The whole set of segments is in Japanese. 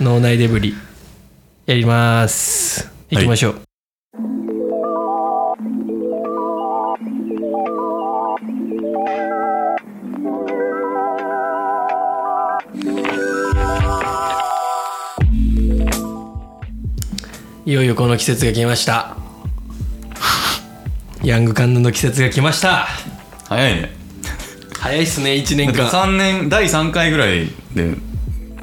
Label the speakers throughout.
Speaker 1: 脳内デブリやりますいきましょう、い、よいよこの季節が来ましたヤングカンヌの季節が来ました
Speaker 2: 早いね
Speaker 1: 早いっすね1年
Speaker 2: なんか
Speaker 1: 間、
Speaker 2: 3年第3回ぐらいで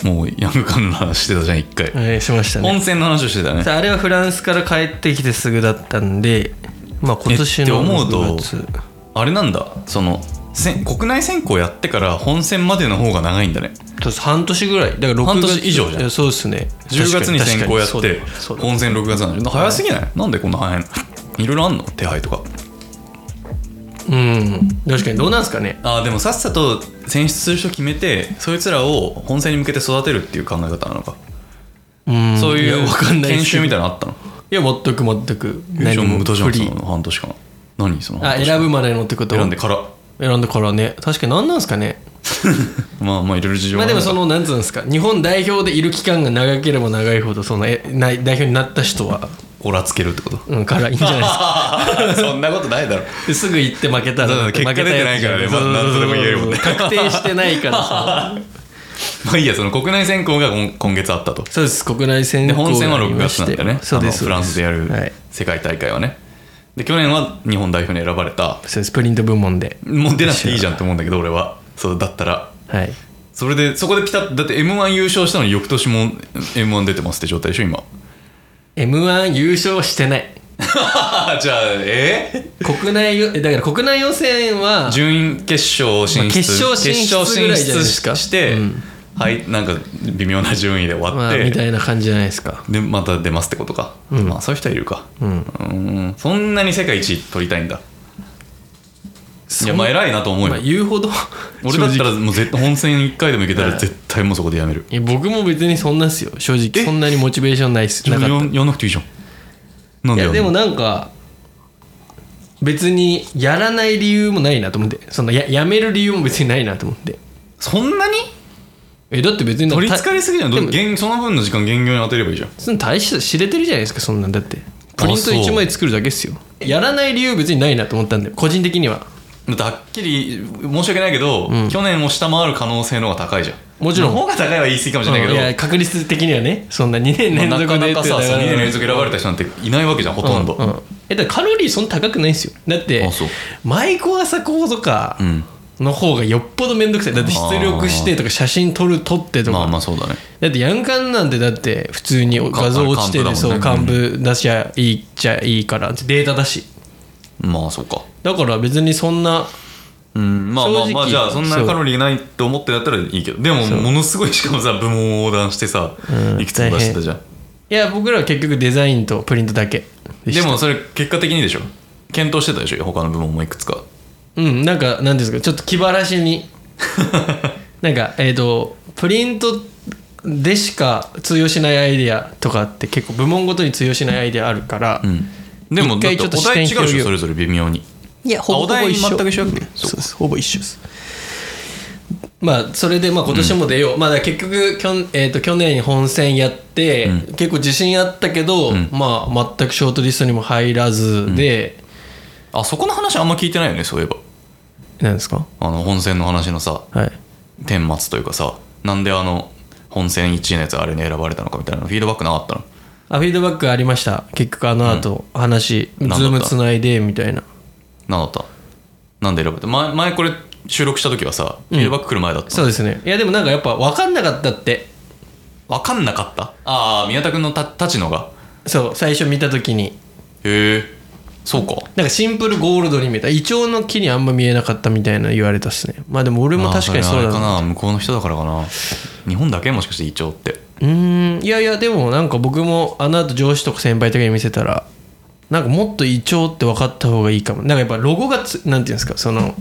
Speaker 2: もうヤングカンの話してたじゃん1回、
Speaker 1: えーしましたね
Speaker 2: 温泉の話をしてたね
Speaker 1: さああれはフランスから帰ってきてすぐだったんでまあ今年
Speaker 2: えって
Speaker 1: の
Speaker 2: 思うと
Speaker 1: 6月
Speaker 2: あれなんだそのせん国内選考やってから本選までの方が長いんだね
Speaker 1: そうです半年ぐらいだから6月
Speaker 2: 半年以上じゃん
Speaker 1: いやそうですね
Speaker 2: 10月に選考やって
Speaker 1: そうだそうだ
Speaker 2: 本選6月なんで早すぎない、なんでこんな早いのいろいろあんの手配とか
Speaker 1: うん確かにどうなんですかね
Speaker 2: あーでもさっさと選出する人決めてそいつらを本選に向けて育てるっていう考え方なのか、
Speaker 1: うん
Speaker 2: そうい
Speaker 1: や
Speaker 2: う
Speaker 1: わかんない
Speaker 2: 研修みた
Speaker 1: い
Speaker 2: いなのあったの
Speaker 1: いや全く全く
Speaker 2: 優勝無
Speaker 1: も
Speaker 2: 無途
Speaker 1: フ
Speaker 2: 上
Speaker 1: リ
Speaker 2: さん
Speaker 1: ー
Speaker 2: の半年間何その
Speaker 1: あ
Speaker 2: 半年間
Speaker 1: 選ぶまでのってこと
Speaker 2: 選んでから
Speaker 1: 選んでからね確かに何なんですかね
Speaker 2: まあまあいろいろ事情
Speaker 1: ま
Speaker 2: が
Speaker 1: あ
Speaker 2: あ
Speaker 1: でも
Speaker 2: る
Speaker 1: そ
Speaker 2: のか
Speaker 1: のなんつうんですか日本代表でいる期間が長ければ長いほどそのえない代表になった人は、
Speaker 2: オラつけるってこと
Speaker 1: うん、からいいんじゃないですか
Speaker 2: そんなことないだろ
Speaker 1: ですぐ行って負けた
Speaker 2: そうだ
Speaker 1: ら
Speaker 2: ね結果出てないからねまあなんとでも言えるもんね
Speaker 1: 確定してないからさ
Speaker 2: まあいいやその国内選考が今今月あったと
Speaker 1: そうです国内選
Speaker 2: で
Speaker 1: 考が
Speaker 2: 本戦は
Speaker 1: あり
Speaker 2: 6
Speaker 1: ま
Speaker 2: 月
Speaker 1: し
Speaker 2: なん
Speaker 1: て
Speaker 2: だよね
Speaker 1: そうです
Speaker 2: あのフランスでや
Speaker 1: は
Speaker 2: る
Speaker 1: い
Speaker 2: 世界大会はね、で去年は日本代表に選ばれた
Speaker 1: そうですプリント部門で
Speaker 2: もう出なくていいじゃんって思うんだけど俺はそうだったら
Speaker 1: はい
Speaker 2: それでそこでピタッとだって m 1優勝したのに翌年も m 1出てますって状態でしょ今
Speaker 1: m 1優勝してない
Speaker 2: ああじゃあえー
Speaker 1: 国内よえだから国内予選は
Speaker 2: 準決勝進
Speaker 1: まあ
Speaker 2: 出、
Speaker 1: 決勝進出
Speaker 2: 決勝
Speaker 1: ぐらいじゃないですか
Speaker 2: して、
Speaker 1: うん
Speaker 2: はいなんか微妙な順位で終わ
Speaker 1: ま
Speaker 2: っ
Speaker 1: あ
Speaker 2: て、
Speaker 1: みたいな感じじゃないですか
Speaker 2: でまた出ますってことか、
Speaker 1: うん
Speaker 2: まあそういう人はいるか
Speaker 1: うん
Speaker 2: うんそんなに世界一取りたいんだいやまあ偉いなと思うよ、
Speaker 1: まあ言うほど
Speaker 2: 俺だった
Speaker 1: 正
Speaker 2: らもう絶対本戦1回でもいけたら絶対もうそこでやめる
Speaker 1: 直いや僕も別にそんなっすよ正直そんなにモチベーションないっす
Speaker 2: や
Speaker 1: なかった
Speaker 2: やんなくていいじゃんなん
Speaker 1: い
Speaker 2: でや
Speaker 1: や
Speaker 2: ん
Speaker 1: でも
Speaker 2: の
Speaker 1: なんか別にやらない理由もないなと思ってそのややめる理由も別にないなと思って
Speaker 2: そんなに
Speaker 1: えだって別になん
Speaker 2: 取
Speaker 1: か
Speaker 2: りつかれすぎじゃんど
Speaker 1: でも
Speaker 2: 減その分の時間減業に当てればいいじゃん
Speaker 1: その大した知れてるじゃないですかそんなんだってプリント
Speaker 2: そう
Speaker 1: 1枚作るだけっすよやらない理由別にないなと思ったんで個人的には
Speaker 2: だってはっきり申し訳ないけど、去年を下回る可能性の方が高いじゃん
Speaker 1: もちろん
Speaker 2: の方が高いは言い過ぎかもしれないけ
Speaker 1: うん
Speaker 2: ど、
Speaker 1: や確率的にはねそんな2年連
Speaker 2: まあ
Speaker 1: 続
Speaker 2: な
Speaker 1: で
Speaker 2: かなかさ
Speaker 1: って
Speaker 2: 2年連続選ばれた人なんていないわけじゃんほとんど、
Speaker 1: うんうんえだからカロリーそんな高くないっすよだって
Speaker 2: あそう
Speaker 1: 毎子朝講とか
Speaker 2: うん
Speaker 1: の方がよっぽどめんどくさいだって出力してとか写真撮る撮ってとか
Speaker 2: まあまあそうだね
Speaker 1: だってヤンカンなんてだって普通に画像落ちて
Speaker 2: か
Speaker 1: て
Speaker 2: 幹
Speaker 1: そ
Speaker 2: 部だも
Speaker 1: うん
Speaker 2: ね
Speaker 1: 幹部出しちゃいいっちゃいいからデータだし
Speaker 2: まあそうか
Speaker 1: だから別にそんな
Speaker 2: うんまあまあ
Speaker 1: 正直
Speaker 2: まあじゃあそんなカロリーないと思ってだったらいいけどでもものすごいしかもさ部門を横断してさ
Speaker 1: うん
Speaker 2: いくつも出してたじゃん
Speaker 1: いや僕らは結局デザインとプリントだけでし
Speaker 2: で
Speaker 1: た
Speaker 2: もそれ結果的にでしょ検討してたでしょ他の部門もいくつか
Speaker 1: うんなんか何ですかちょっと気晴らし になんかえっ、とプリントでしか通用しないアイデアとかって結構部門ごとに通用しないアイデアあるから、
Speaker 2: うんでも
Speaker 1: 一
Speaker 2: だっ
Speaker 1: 回
Speaker 2: て
Speaker 1: ちょ
Speaker 2: お
Speaker 1: っと視
Speaker 2: 題
Speaker 1: 点
Speaker 2: 違うで
Speaker 1: 広
Speaker 2: し
Speaker 1: げ
Speaker 2: ょ
Speaker 1: よ
Speaker 2: そうれぞれ微妙に
Speaker 1: いや
Speaker 2: あお題全く一緒だっけ
Speaker 1: そうですほぼ一緒ですまあそれでまあ今年も出よう、まあだから結局きょん、えー、と去年本戦やって、
Speaker 2: ん
Speaker 1: 結構自信あったけど、
Speaker 2: ん
Speaker 1: まあ全くショートリストにも入らずで、
Speaker 2: あそこの話あんま聞いてないよねそういえば
Speaker 1: なんですか
Speaker 2: あの本戦の話のさ
Speaker 1: はい
Speaker 2: 顛末というかさなんであの本戦1位のやつあれに選ばれたのかみたいなフィードバックなかったの
Speaker 1: あフィードバックありました結局あの後話、
Speaker 2: ん
Speaker 1: ズームつないでみたいな
Speaker 2: なんだったなんで選ばれた前前これ収録した時はさフィードバック来る前だったの、
Speaker 1: そうですねいやでもなんかやっぱ分かんなかったって
Speaker 2: 分かんなかったああ宮田君のた立ちのが
Speaker 1: そう最初見た時に
Speaker 2: へえそうか
Speaker 1: なんかシンプルゴールドに見えたイチョウの木にあんま見えなかったみたいな言われたっすねまあでも俺も確かにそうだ
Speaker 2: まあれ
Speaker 1: な、
Speaker 2: あれかな向こうの人だからかな日本だけもしかしてイチョウって
Speaker 1: うーんいやいやでもなんか僕もあの後上司とか先輩とかに見せたらなんかもっとイチョウって分かった方がいいかもなんかやっぱロゴがつなんていうんですかその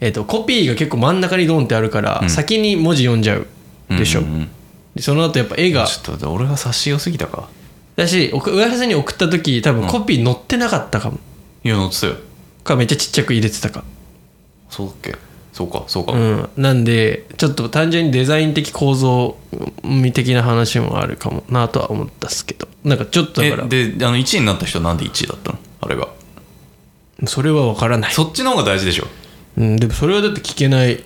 Speaker 1: えっ、とコピーが結構真ん中にドンってあるから、先に文字読んじゃうでしょ、
Speaker 2: うんうんうん
Speaker 1: でその後やっぱ絵が
Speaker 2: ちょっとだって俺が差し良すぎたか
Speaker 1: だしお上原さんに送った時多分コピー載ってなかったかも、
Speaker 2: いや乗ってたよ
Speaker 1: かめっちゃちっちゃく入れてたか
Speaker 2: そうだっけそうかそうか、
Speaker 1: うん、なんでちょっと単純にデザイン的構造的な話もあるかもなとは思ったっすけどなんかちょっとだ
Speaker 2: え
Speaker 1: から
Speaker 2: であの1位になった人はなんで1位だったのあれが
Speaker 1: それは分からない、
Speaker 2: そっちの方が大事でしょ
Speaker 1: うん、でもそれはだって聞けない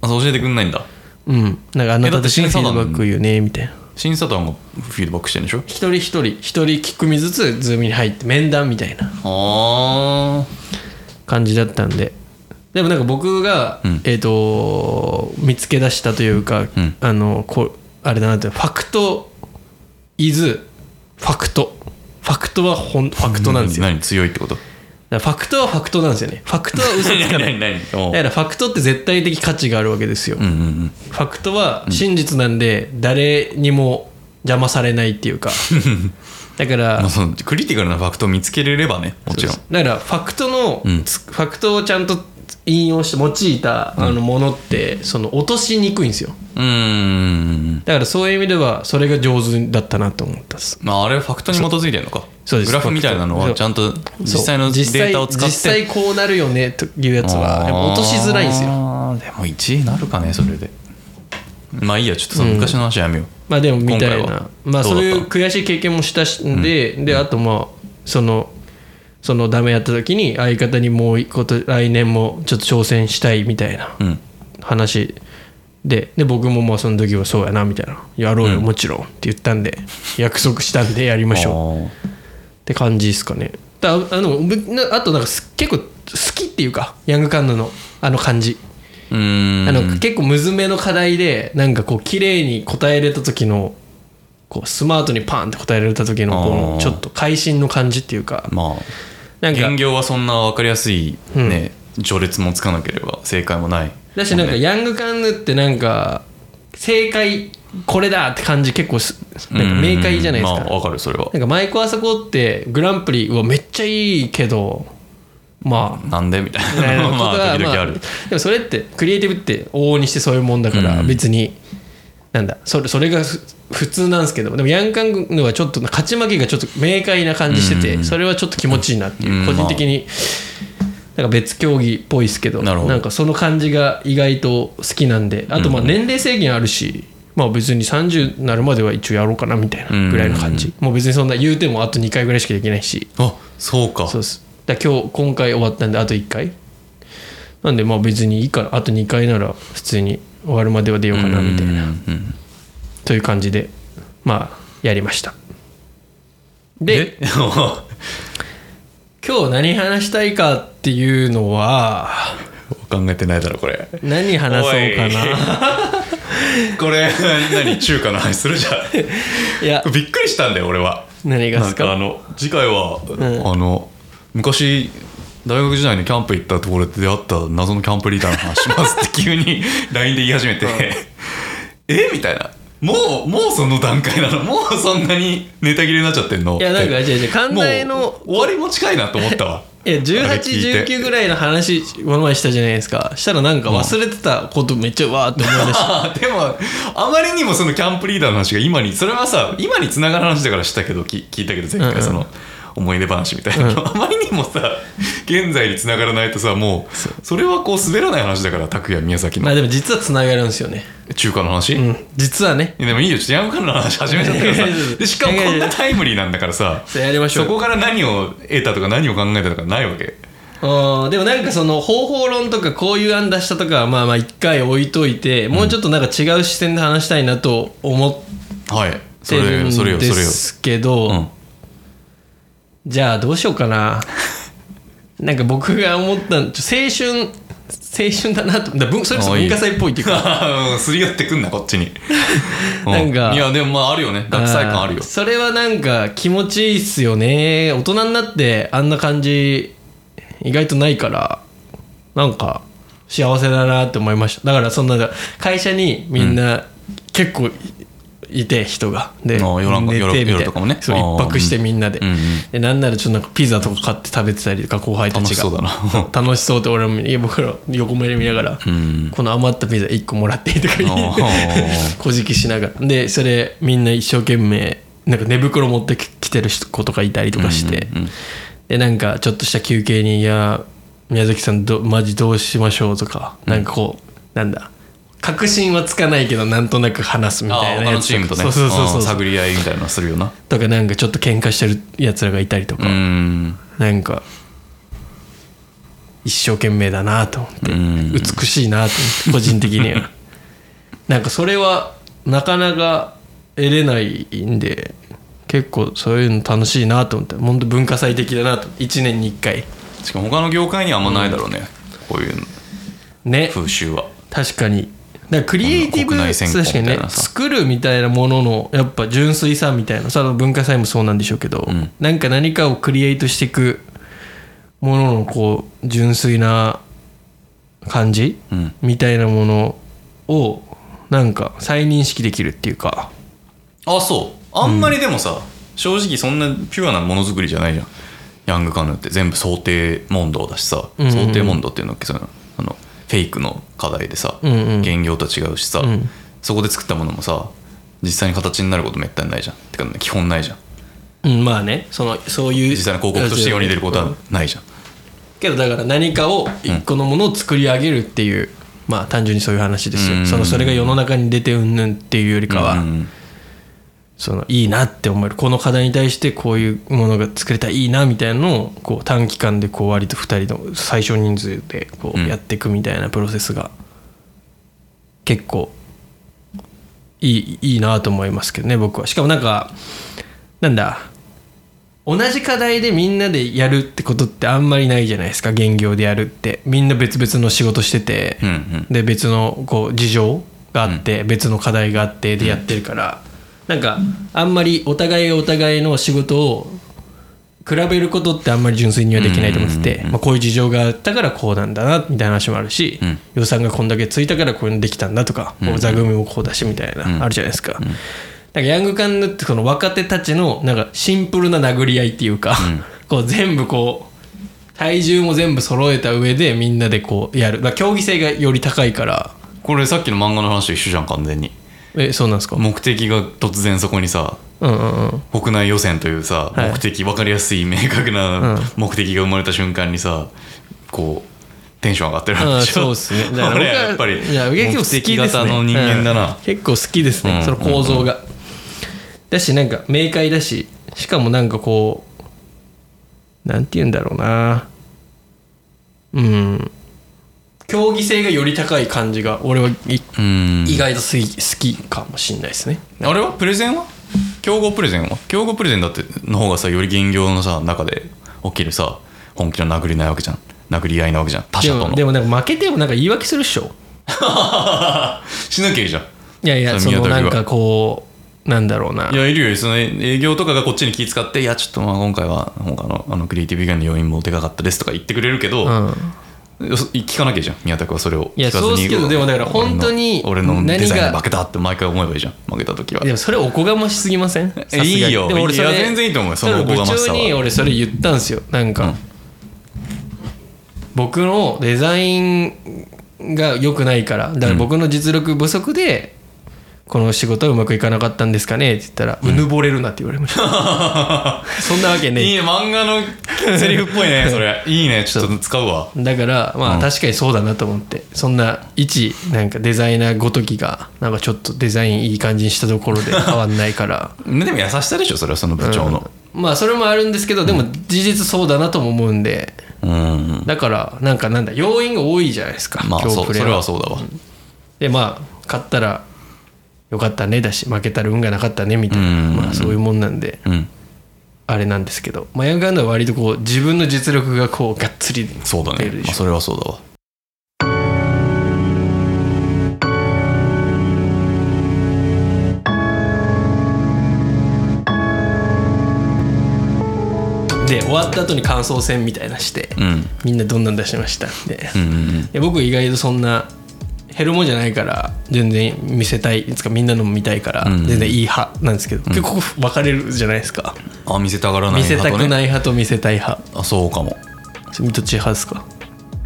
Speaker 2: あそう教えてくんないんだ
Speaker 1: うんなんかあなたたちに
Speaker 2: えだ
Speaker 1: フ
Speaker 2: って審
Speaker 1: ィ
Speaker 2: 査
Speaker 1: ー
Speaker 2: 団
Speaker 1: ドバック言うねみたいな
Speaker 2: 審査団がフィードバックしてるんでしょ
Speaker 1: 一人一人一人聞くみずつズームに入って面談みたいな
Speaker 2: ああ
Speaker 1: 感じだったんででもなんか僕が、
Speaker 2: うん
Speaker 1: えっ、と見つけ出したというか、
Speaker 2: うん
Speaker 1: あのこあれだなってファクトイズファクトファクトはほんファクトなんですよ
Speaker 2: 何強いってこと
Speaker 1: だからファクトはファクトなんですよねファクトは嘘つか ないだ
Speaker 2: 何おう
Speaker 1: からファクトって絶対的価値があるわけですよ、
Speaker 2: うんうんうん
Speaker 1: ファクトは真実なんで誰にも邪魔されないっていう かだから、
Speaker 2: まあ、そのクリティカルなファクトを見つけれればねもちろん
Speaker 1: だからファクトの、
Speaker 2: うん
Speaker 1: つファクトをちゃんと引用して用いたあのものってその落としにくいんですよ
Speaker 2: うーん
Speaker 1: だからそういう意味ではそれが上手だったなと思ったっす
Speaker 2: まああれはファクトに基づいてるのか
Speaker 1: そうです
Speaker 2: グラフみたいなの
Speaker 1: そ
Speaker 2: は
Speaker 1: う
Speaker 2: ちゃんと実際の
Speaker 1: そう
Speaker 2: データを使って
Speaker 1: 実際実際こうなるよねというやつはやっぱ落としづらいんですよ
Speaker 2: よでも1位になるかねそれでまあいいやちょっとその昔の話やめよう、
Speaker 1: まあでもみたい
Speaker 2: 今回
Speaker 1: な
Speaker 2: は
Speaker 1: まあ
Speaker 2: どう
Speaker 1: そ
Speaker 2: だ
Speaker 1: う
Speaker 2: った
Speaker 1: いう悔しい経験もしたしんで、であとまあそのそのダメやった時に相方にもう一個と来年もちょっと挑戦したいみたいな
Speaker 2: うん
Speaker 1: 話でで僕もまあその時はそうやなみたいなやろうよもちろんって言ったん で約束したんでやりましょうって感じですかねだあのぶなあとなんかす結構好きっていうかヤングカンヌのあの感じ
Speaker 2: うーん
Speaker 1: あの結構むずめの課題でなんかこう綺麗に答えれた時のこうスマートにパンって答えられた時のこ
Speaker 2: あ
Speaker 1: の
Speaker 2: ー
Speaker 1: ちょっと会心の感じっていうか
Speaker 2: まあ
Speaker 1: なんか
Speaker 2: 現業はそんな分かりやすいね、序列もつかなければ正解もない
Speaker 1: だしなんか
Speaker 2: もうね
Speaker 1: ヤングカンヌってなんか正解これだって感じ結構すなんか明快じゃないです
Speaker 2: うんまあ
Speaker 1: か
Speaker 2: 分かるそれは
Speaker 1: なんかマイク・あさこってグランプリはめっちゃいいけどまあ
Speaker 2: なんでみた
Speaker 1: みた
Speaker 2: い
Speaker 1: い
Speaker 2: な
Speaker 1: なこ
Speaker 2: の
Speaker 1: と
Speaker 2: まあ
Speaker 1: は
Speaker 2: 時
Speaker 1: ま
Speaker 2: 々あ
Speaker 1: あ
Speaker 2: る、
Speaker 1: でもそれってクリエイティブって往々にしてそういうもんだから
Speaker 2: うん
Speaker 1: 別になんだそれそれがふ普通なんですけどでもヤンカンのはちょっと勝ち負けがちょっと明快な感じして
Speaker 2: うん
Speaker 1: てそれはちょっと気持ちいいなっていううん個人的になんか別競技っぽいですけど
Speaker 2: なるほど
Speaker 1: んかその感じが意外と好きなんであとまあ年齢制限あるしまあ別に30なるまでは一応やろうかなみたいなぐらいの感じもう別にそんな言うてもあと2回ぐらいしかできないし
Speaker 2: あそうか
Speaker 1: そうですだから今日今回終わったんであと1回なんでまあ別にいいからあと2回なら普通に終わるまでは出ようかなみたいな
Speaker 2: うんうん
Speaker 1: という感じでまあやりましたで
Speaker 2: え わ
Speaker 1: 今日何話したいかっていうのは
Speaker 2: 考えてないだろこれ
Speaker 1: 何話そうかな
Speaker 2: これ何中華の話するじゃん
Speaker 1: い や
Speaker 2: びっくりしたんだよ俺は
Speaker 1: 何がで
Speaker 2: な
Speaker 1: す
Speaker 2: んかあ
Speaker 1: か
Speaker 2: の次回は、
Speaker 1: ん
Speaker 2: あの昔大学時代にキャンプ行ったところで出会った謎のキャンプリーダーの話しますって急に LINE で言い始めて えみたいなもうもうその段階なの もうそんなにネタ切れになっちゃってんの
Speaker 1: いやなんか
Speaker 2: って
Speaker 1: 違う違う寛大
Speaker 2: も
Speaker 1: の
Speaker 2: う終わりも近いなと思ったわ
Speaker 1: いや
Speaker 2: あれ聞いて
Speaker 1: 1819ぐらいの話この前したじゃないですかしたらなんか忘れてたことめっちゃわーって思い出 した
Speaker 2: あーでもあまりにもそのキャンプリーダーの話が今にそれはさ今につながる話だからしたけどき聞いたけど前
Speaker 1: うんうん
Speaker 2: 回その思い出話みたいなの、あまりにもさ現在につながらないとさもうそれはこう滑らない話だから拓也宮崎
Speaker 1: ま
Speaker 2: の
Speaker 1: あでも実はつながるんですよね
Speaker 2: 中華の話、
Speaker 1: う
Speaker 2: い
Speaker 1: ん実はね
Speaker 2: やでもいいよちょっとヤングカンの話始めちゃったから
Speaker 1: いやいやいや
Speaker 2: さでしかもこんなタイムリーなんだからさ
Speaker 1: それやりましょう
Speaker 2: そ
Speaker 1: よ
Speaker 2: こから何を得たとか何を考えたとかないわけ
Speaker 1: うんでもなんかその方法論とかこういう案出したとかはまあまあ一回置いといてもうちょっとなんか違う視点で話したいなと思っ
Speaker 2: はいそ
Speaker 1: て
Speaker 2: れ
Speaker 1: る
Speaker 2: よそれ
Speaker 1: ん
Speaker 2: よ
Speaker 1: で
Speaker 2: それよ
Speaker 1: すけど、
Speaker 2: うん
Speaker 1: じゃあどうしようかななんか僕が思ったのちょ青春青春だなとだ文それこそ
Speaker 2: あいい
Speaker 1: 文化祭っぽいっていうか
Speaker 2: あーうんすり寄ってくんなこっちに
Speaker 1: なんか
Speaker 2: ういやでもまああるよね学祭感あるよ
Speaker 1: それはなんか気持ちいいっすよね大人になってあんな感じ意外とないからなんか幸せだなって思いましただからそんな会社にみんな結構いて人がで
Speaker 2: あー夜中
Speaker 1: 寝
Speaker 2: 夜
Speaker 1: てみたい
Speaker 2: 夜とかもね
Speaker 1: そう
Speaker 2: あ
Speaker 1: 一
Speaker 2: ー
Speaker 1: 泊してみんなで,、
Speaker 2: うんうん
Speaker 1: でなんならちょっとなんかピザとか買って食べてたりとか後輩た
Speaker 2: 楽
Speaker 1: ち
Speaker 2: し
Speaker 1: が
Speaker 2: そうだな
Speaker 1: 楽しそうって俺もいや僕ら横目で見ながら、
Speaker 2: ん
Speaker 1: この余ったピザ1個もらっていいとか言
Speaker 2: あ
Speaker 1: って
Speaker 2: ー
Speaker 1: こじきしながらでそれみんな一生懸命なんか寝袋持ってきてる人子とかいたりとかして、でなんかちょっとした休憩にいや宮崎さんどマジどうしましょうとか、なんかこうなんだ確信はつかないけどなんとなく話すみ
Speaker 2: あ
Speaker 1: たい
Speaker 2: あ
Speaker 1: な
Speaker 2: 他
Speaker 1: や
Speaker 2: の
Speaker 1: つ
Speaker 2: チームとね
Speaker 1: そうそうそうそう
Speaker 2: うん探り合いみたいなのするよな
Speaker 1: とかなんかちょっと喧嘩してるやつらがいたりとか、
Speaker 2: うん
Speaker 1: なんか一生懸命だなと思って、
Speaker 2: うん
Speaker 1: 美しいなと思って個人的には なんかそれはなかなか得れないんで結構そういうの楽しいなと思って本当文化祭的だなと1年に1回
Speaker 2: しかも他の業界にはあんまないだろうね、こういう
Speaker 1: ね
Speaker 2: 風習は
Speaker 1: 確かにだからクリエイティブ
Speaker 2: 国内選考
Speaker 1: 確かに
Speaker 2: みたい
Speaker 1: ね
Speaker 2: なさ
Speaker 1: 作るみたいなもののやっぱ純粋さみたいなさ文化祭もそうなんでしょうけど、
Speaker 2: ん
Speaker 1: なんか何かをクリエイトしていくもののこう純粋な感じ、
Speaker 2: うん
Speaker 1: みたいなものをなんか再認識できるっていうか
Speaker 2: あそうあんまりでもさ、正直そんなピュアなものづくりじゃないじゃんヤングカヌーって全部想定問答だしさ、
Speaker 1: うんうん
Speaker 2: 想定問答っていうのっけそういうのあのフェイクの課題でさ、
Speaker 1: うんうん
Speaker 2: 原業と違うしさ、
Speaker 1: ん
Speaker 2: そこで作ったものもさ実際に形になることめったにないじゃんてか、基本ないじゃん
Speaker 1: うんまあねそのそういう
Speaker 2: 実際の広告として世に出ることはないじゃん、
Speaker 1: けどだから何かを一個のものを作り上げるっていう、まあ単純にそういう話ですよ、
Speaker 2: うん
Speaker 1: そのそれが世の中に出てうんぬんっていうよりかは、
Speaker 2: うん
Speaker 1: そのいいなって思えるこの課題に対してこういうものが作れたらいいなみたいなのをこう短期間でこう割と2人の最小人数でこう
Speaker 2: うん
Speaker 1: やっていくみたいなプロセスが結構いいいいなと思いますけどね僕はしかもなんかなんだ同じ課題でみんなでやるってことってあんまりないじゃないですか現業でやるってみんな別々の仕事してて、
Speaker 2: うんうん
Speaker 1: で別のこう事情があって、別の課題があってでやってるから、なんかあんまりお互いがお互いの仕事を比べることってあんまり純粋にはできないと思ってて、まあ、こういう事情があったからこうなんだなみたいな話もあるし、
Speaker 2: うん
Speaker 1: 予算がこんだけついたからこういうのできたんだとか、こう座組もこうだしみたいな、
Speaker 2: ん
Speaker 1: あるじゃないですか。なんかヤングカンヌってその若手たちのなんかシンプルな殴り合いっていうか、こう全部こう体重も全部揃えた上でみんなでこうやる、まあ、競技性がより高いから
Speaker 2: これさっきの漫画の話と一緒じゃん完全に
Speaker 1: えそうなんですかうん
Speaker 2: 目的が突然そこにさ
Speaker 1: うんうん
Speaker 2: 国内予選というさ、
Speaker 1: はい
Speaker 2: 目的分かりやすい明確
Speaker 1: うん
Speaker 2: な目的が生まれた瞬間にさこうテンション上がってるわけ
Speaker 1: あ
Speaker 2: でしょ
Speaker 1: そうですねだから僕は
Speaker 2: 俺はやっぱり
Speaker 1: いや
Speaker 2: 目
Speaker 1: 結構好
Speaker 2: 的
Speaker 1: きです、
Speaker 2: 型
Speaker 1: ね、
Speaker 2: の人間だ
Speaker 1: うん
Speaker 2: な、
Speaker 1: 結構好きですね、
Speaker 2: うん
Speaker 1: その構造が、だしなんか明快だししかもなんかこうなんて言うんだろうなうん競技性がより高い感じが俺はいう意
Speaker 2: ん
Speaker 1: 外と好き好きかもしれないですね
Speaker 2: あれはプレゼンは競合プレゼンは競合プレゼンだっての方がさより現業のさ中で起きるさ本気の殴りないわけじゃん殴り合いなわけじゃん他
Speaker 1: で
Speaker 2: 者と
Speaker 1: も
Speaker 2: の
Speaker 1: でもなんか負けてもなんか言い訳するっしょ
Speaker 2: しなきゃいいじゃん
Speaker 1: いやいや
Speaker 2: そ
Speaker 1: そ
Speaker 2: れ
Speaker 1: の
Speaker 2: 宮
Speaker 1: な
Speaker 2: 崎
Speaker 1: んか
Speaker 2: は
Speaker 1: こうなんだろうない
Speaker 2: やいるよその営業とかがこっちに気使って「いやちょっとまあ今回は他のあのクリエイティブ以外の要因もでかかったです」とか言ってくれるけど、
Speaker 1: うん
Speaker 2: 聞かなきゃいいじゃん宮田君はそれを
Speaker 1: いや
Speaker 2: 聞かず
Speaker 1: そうで
Speaker 2: に
Speaker 1: すけどでもだから本当に
Speaker 2: 俺の俺
Speaker 1: 何
Speaker 2: の
Speaker 1: が
Speaker 2: デザインに負けたって毎回思えばいいじゃん負けた時は
Speaker 1: でもそれおこがましすぎませんさすがに
Speaker 2: いいよ
Speaker 1: でも俺それ
Speaker 2: いや全然いいと思うよその
Speaker 1: 多分
Speaker 2: おこがましさは
Speaker 1: 部長に俺それ言ったんですよなんか、
Speaker 2: うん
Speaker 1: 僕のデザインが良くないからだから僕の実力不足で、この仕事はうまくいかなかったんですかねって言ったら、うぬぼれるなって言われ ましたそんなわけねえ
Speaker 2: いいね漫画のセリフっぽ いねそれいいねちょっと使うわ
Speaker 1: だからま
Speaker 2: う
Speaker 1: あ
Speaker 2: ん
Speaker 1: 確かにそうだなと思って、そんな一なんかデザイナーごときがなんかちょっとデザインいい感じにしたところで変わんないから
Speaker 2: ねでも優しさでしょそれはその部長の
Speaker 1: まあそれもあるんですけどでも事実そうだなとも思うんで
Speaker 2: うん、
Speaker 1: だからなんかなんだ要因が多いじゃないですか
Speaker 2: まあ
Speaker 1: 今日
Speaker 2: そう
Speaker 1: プレー
Speaker 2: それはそうだわ
Speaker 1: でまあ勝ったらよかったねだし負けたら運がなかったねみたいな、
Speaker 2: うん
Speaker 1: まあ、そういうもんなんで
Speaker 2: うん
Speaker 1: あれなんですけど、まあ、ヤングガンダーは割とこう自分の実力がこうがっつり
Speaker 2: そうだ
Speaker 1: 出
Speaker 2: ね
Speaker 1: る、でし
Speaker 2: ま
Speaker 1: ょ
Speaker 2: あ、それはそうだわ
Speaker 1: で終わった後に感想戦みたいなして、
Speaker 2: うん
Speaker 1: みんなどんなん出しましたで、
Speaker 2: うんうん
Speaker 1: で僕意外とそんな減るもんじゃないから全然見せたいいつかみんなのも見たいから
Speaker 2: うん
Speaker 1: 全然いい派なんですけど、結構分かれるじゃないですか、
Speaker 2: うんあ見せたがらない
Speaker 1: 見せたくないい派と見せたい派
Speaker 2: あそうかも
Speaker 1: どっち派ですか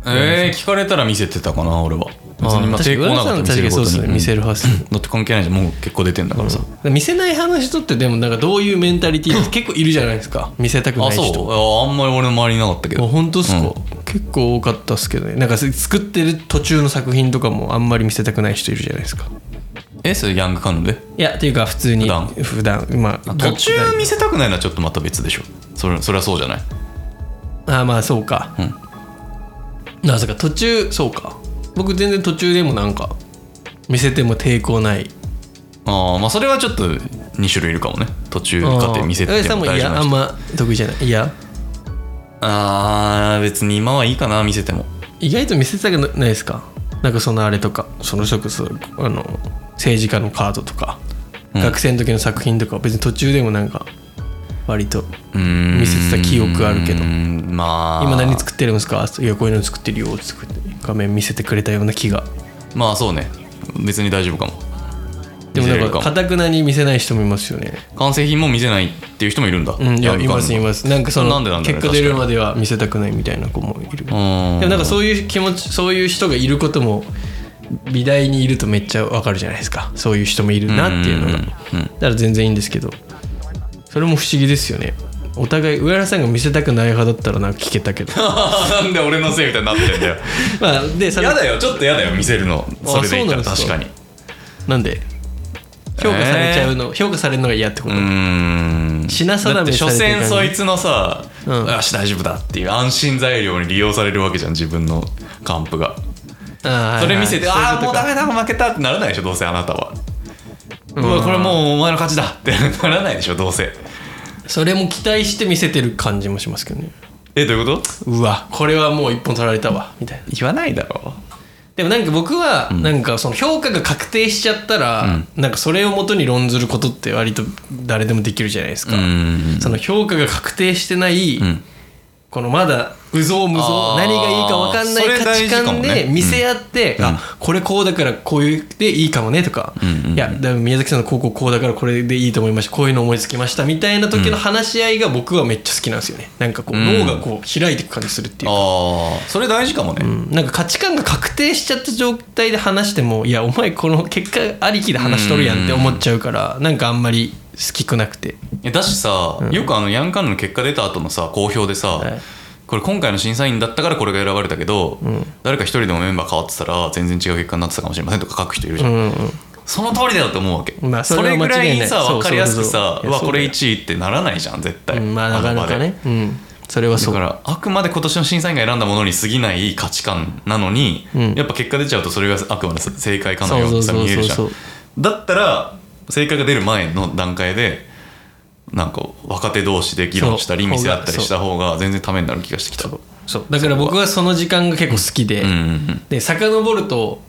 Speaker 2: えー、聞かれたら見せてたかな俺は別にまあ
Speaker 1: あー
Speaker 2: 抵抗なか
Speaker 1: 確
Speaker 2: った見
Speaker 1: か
Speaker 2: せ
Speaker 1: に
Speaker 2: る
Speaker 1: そう
Speaker 2: こ
Speaker 1: です
Speaker 2: とに
Speaker 1: ね見せる派っすね
Speaker 2: だって関係ないじゃんもう結構出てんだからさ、
Speaker 1: 見せない派の人ってでもなんかどういう メンタリティーって結構いるじゃないですか見せたくな
Speaker 2: あ
Speaker 1: い
Speaker 2: そう
Speaker 1: 人
Speaker 2: ああんまり俺の周りにいなかったけど
Speaker 1: あ本当っすか、
Speaker 2: うん
Speaker 1: 結結構多かったっすけどねなんかす作ってる途中の作品とかもあんまり見せたくない人いるじゃないですか
Speaker 2: えそれヤングカノンで
Speaker 1: いやっていうか普通に
Speaker 2: 普段
Speaker 1: 普段まあ
Speaker 2: 途中見
Speaker 1: せ
Speaker 2: せたくないのはちょっとまた別でしょそれそれはそうじゃない
Speaker 1: あまあそうか
Speaker 2: うん
Speaker 1: なぜか途中そうか僕全然途中でもなんか見せても抵抗ない
Speaker 2: ああまあそれはちょっと2種類いるかもね途中かって見せて
Speaker 1: あーさんも
Speaker 2: も
Speaker 1: い
Speaker 2: 大丈夫
Speaker 1: や
Speaker 2: な
Speaker 1: あん
Speaker 2: 人
Speaker 1: ま得意じゃないいや
Speaker 2: あー別に今はいいかな見せても
Speaker 1: 意外と見せたくないですかなんかそのあれとかその職そあの政治家のカードとか、
Speaker 2: うん
Speaker 1: 学生の時の作品とかは別に途中でもなんか割と
Speaker 2: うーん
Speaker 1: 見せてた記憶あるけど
Speaker 2: うーんまあ
Speaker 1: 今何作ってるんですかいやこういうの作ってるよ作って画面見せてくれたような気が
Speaker 2: まあそうね別に大丈夫かも
Speaker 1: でも
Speaker 2: 見
Speaker 1: な
Speaker 2: せれる
Speaker 1: ん
Speaker 2: か
Speaker 1: か
Speaker 2: も
Speaker 1: かたくなに見せない人もいますよね
Speaker 2: 完成品も見せないっていう人もいるんだ、
Speaker 1: うんいや
Speaker 2: ヤン
Speaker 1: い
Speaker 2: グカノン
Speaker 1: ますいますなんかそ
Speaker 2: な
Speaker 1: の
Speaker 2: んでなんだろう
Speaker 1: 結
Speaker 2: ね
Speaker 1: 果出るまでは見せたくないみたいな子もいる
Speaker 2: うーん
Speaker 1: でもなんかそういう気持ちそういう人がいることも美大にいるとめっちゃわかるじゃないですかそういう人もいるなっていうのが
Speaker 2: うんうんうんうん
Speaker 1: だから全然いいんですけどそれも不思議ですよねお互い上原さんが見せたくない派だったらなんか聞けた けど
Speaker 2: なんで俺のせいみたいになってんだよ
Speaker 1: まあでそれ
Speaker 2: やだよちょっとやだよ見せるのそれでいいから
Speaker 1: あそ
Speaker 2: 確
Speaker 1: う
Speaker 2: か
Speaker 1: なん
Speaker 2: に
Speaker 1: でなんで評価されちゃうの、評価されるのが嫌ってこ
Speaker 2: う
Speaker 1: と、
Speaker 2: ーん
Speaker 1: 品定め
Speaker 2: だ
Speaker 1: さ
Speaker 2: って所
Speaker 1: れてる感じ
Speaker 2: 詮そいつのさ、
Speaker 1: うん
Speaker 2: よし大丈夫だっていう安心材料に利用されるわけじゃん自分の還付が
Speaker 1: あー
Speaker 2: それ見せて、
Speaker 1: はいはい
Speaker 2: ああーもうダメだ負けたってならないでしょどうせあなたはうわこれもうお前の勝ちだってならないでしょどうせ
Speaker 1: それも期待して見せてる感じもしますけどね
Speaker 2: えどういうこと
Speaker 1: うわこれはもう一本取られたわみたいな
Speaker 2: 言わないだろ
Speaker 1: でもなんか僕はなんかその評価が確定しちゃったらなんかそれをもとに論ずることって割と誰でもできるじゃないですか、
Speaker 2: ん
Speaker 1: その評価が確定してない、
Speaker 2: ん
Speaker 1: このまだ有象無
Speaker 2: あ
Speaker 1: 象
Speaker 2: ー
Speaker 1: 何がいいか分かんない
Speaker 2: それ
Speaker 1: 価
Speaker 2: 大
Speaker 1: 値
Speaker 2: 事かも
Speaker 1: 観
Speaker 2: ね
Speaker 1: で見せ合って、
Speaker 2: うんうん
Speaker 1: あこれこうだからこういうでいいかもねとか、
Speaker 2: んうん
Speaker 1: いやでも宮崎さんのこうこうこうだからこれでいいと思いましたこういうの思いつきましたみたいな時の話し合いが僕はめっちゃ好きなんですよねなんかこう脳がこう開いていく感じするっていうか
Speaker 2: ああそれ大事かもね、
Speaker 1: なんか価値観が確定しちゃった状態で話してもいやお前この結果ありきで話しとるやんって思っちゃうからなんかあんまり好きくなくて
Speaker 2: えだしさ、よくあのヤンカンの結果出た後のさ公表でさ、
Speaker 1: はい
Speaker 2: これ今回の審査員だったからこれが選ばれたけど、誰か一人でもメンバー変わってたら全然違う結果になってたかもしれませんとか書く人いるじゃん、
Speaker 1: うん
Speaker 2: その通りだよって思うわけ、
Speaker 1: まあ
Speaker 2: そ
Speaker 1: そ
Speaker 2: れ
Speaker 1: れは
Speaker 2: ぐら
Speaker 1: 間違
Speaker 2: い
Speaker 1: いない
Speaker 2: さ
Speaker 1: そう
Speaker 2: 分かりやすく
Speaker 1: そう
Speaker 2: さう
Speaker 1: そうそういや
Speaker 2: わ
Speaker 1: そう
Speaker 2: これ
Speaker 1: だよ
Speaker 2: 1位ってならないじゃん絶対、
Speaker 1: うんまあなかなかねうんそれは
Speaker 2: だ
Speaker 1: そう
Speaker 2: からあくまで今年の審査員が選んだものに過ぎない価値観なのに、
Speaker 1: うん
Speaker 2: やっぱ結果出ちゃうとそれがあくまで正解かのようにさ
Speaker 1: そうそうそうそう
Speaker 2: 見えるじゃん
Speaker 1: そう
Speaker 2: だったら正解が出る前の段階でなんか若手同士で議論したり
Speaker 1: そう
Speaker 2: 見せ合ったり
Speaker 1: そう
Speaker 2: した方が全然ためになる気がしてきたう
Speaker 1: そうだから僕はその時間が結構好きで、
Speaker 2: んうんうん
Speaker 1: で遡ると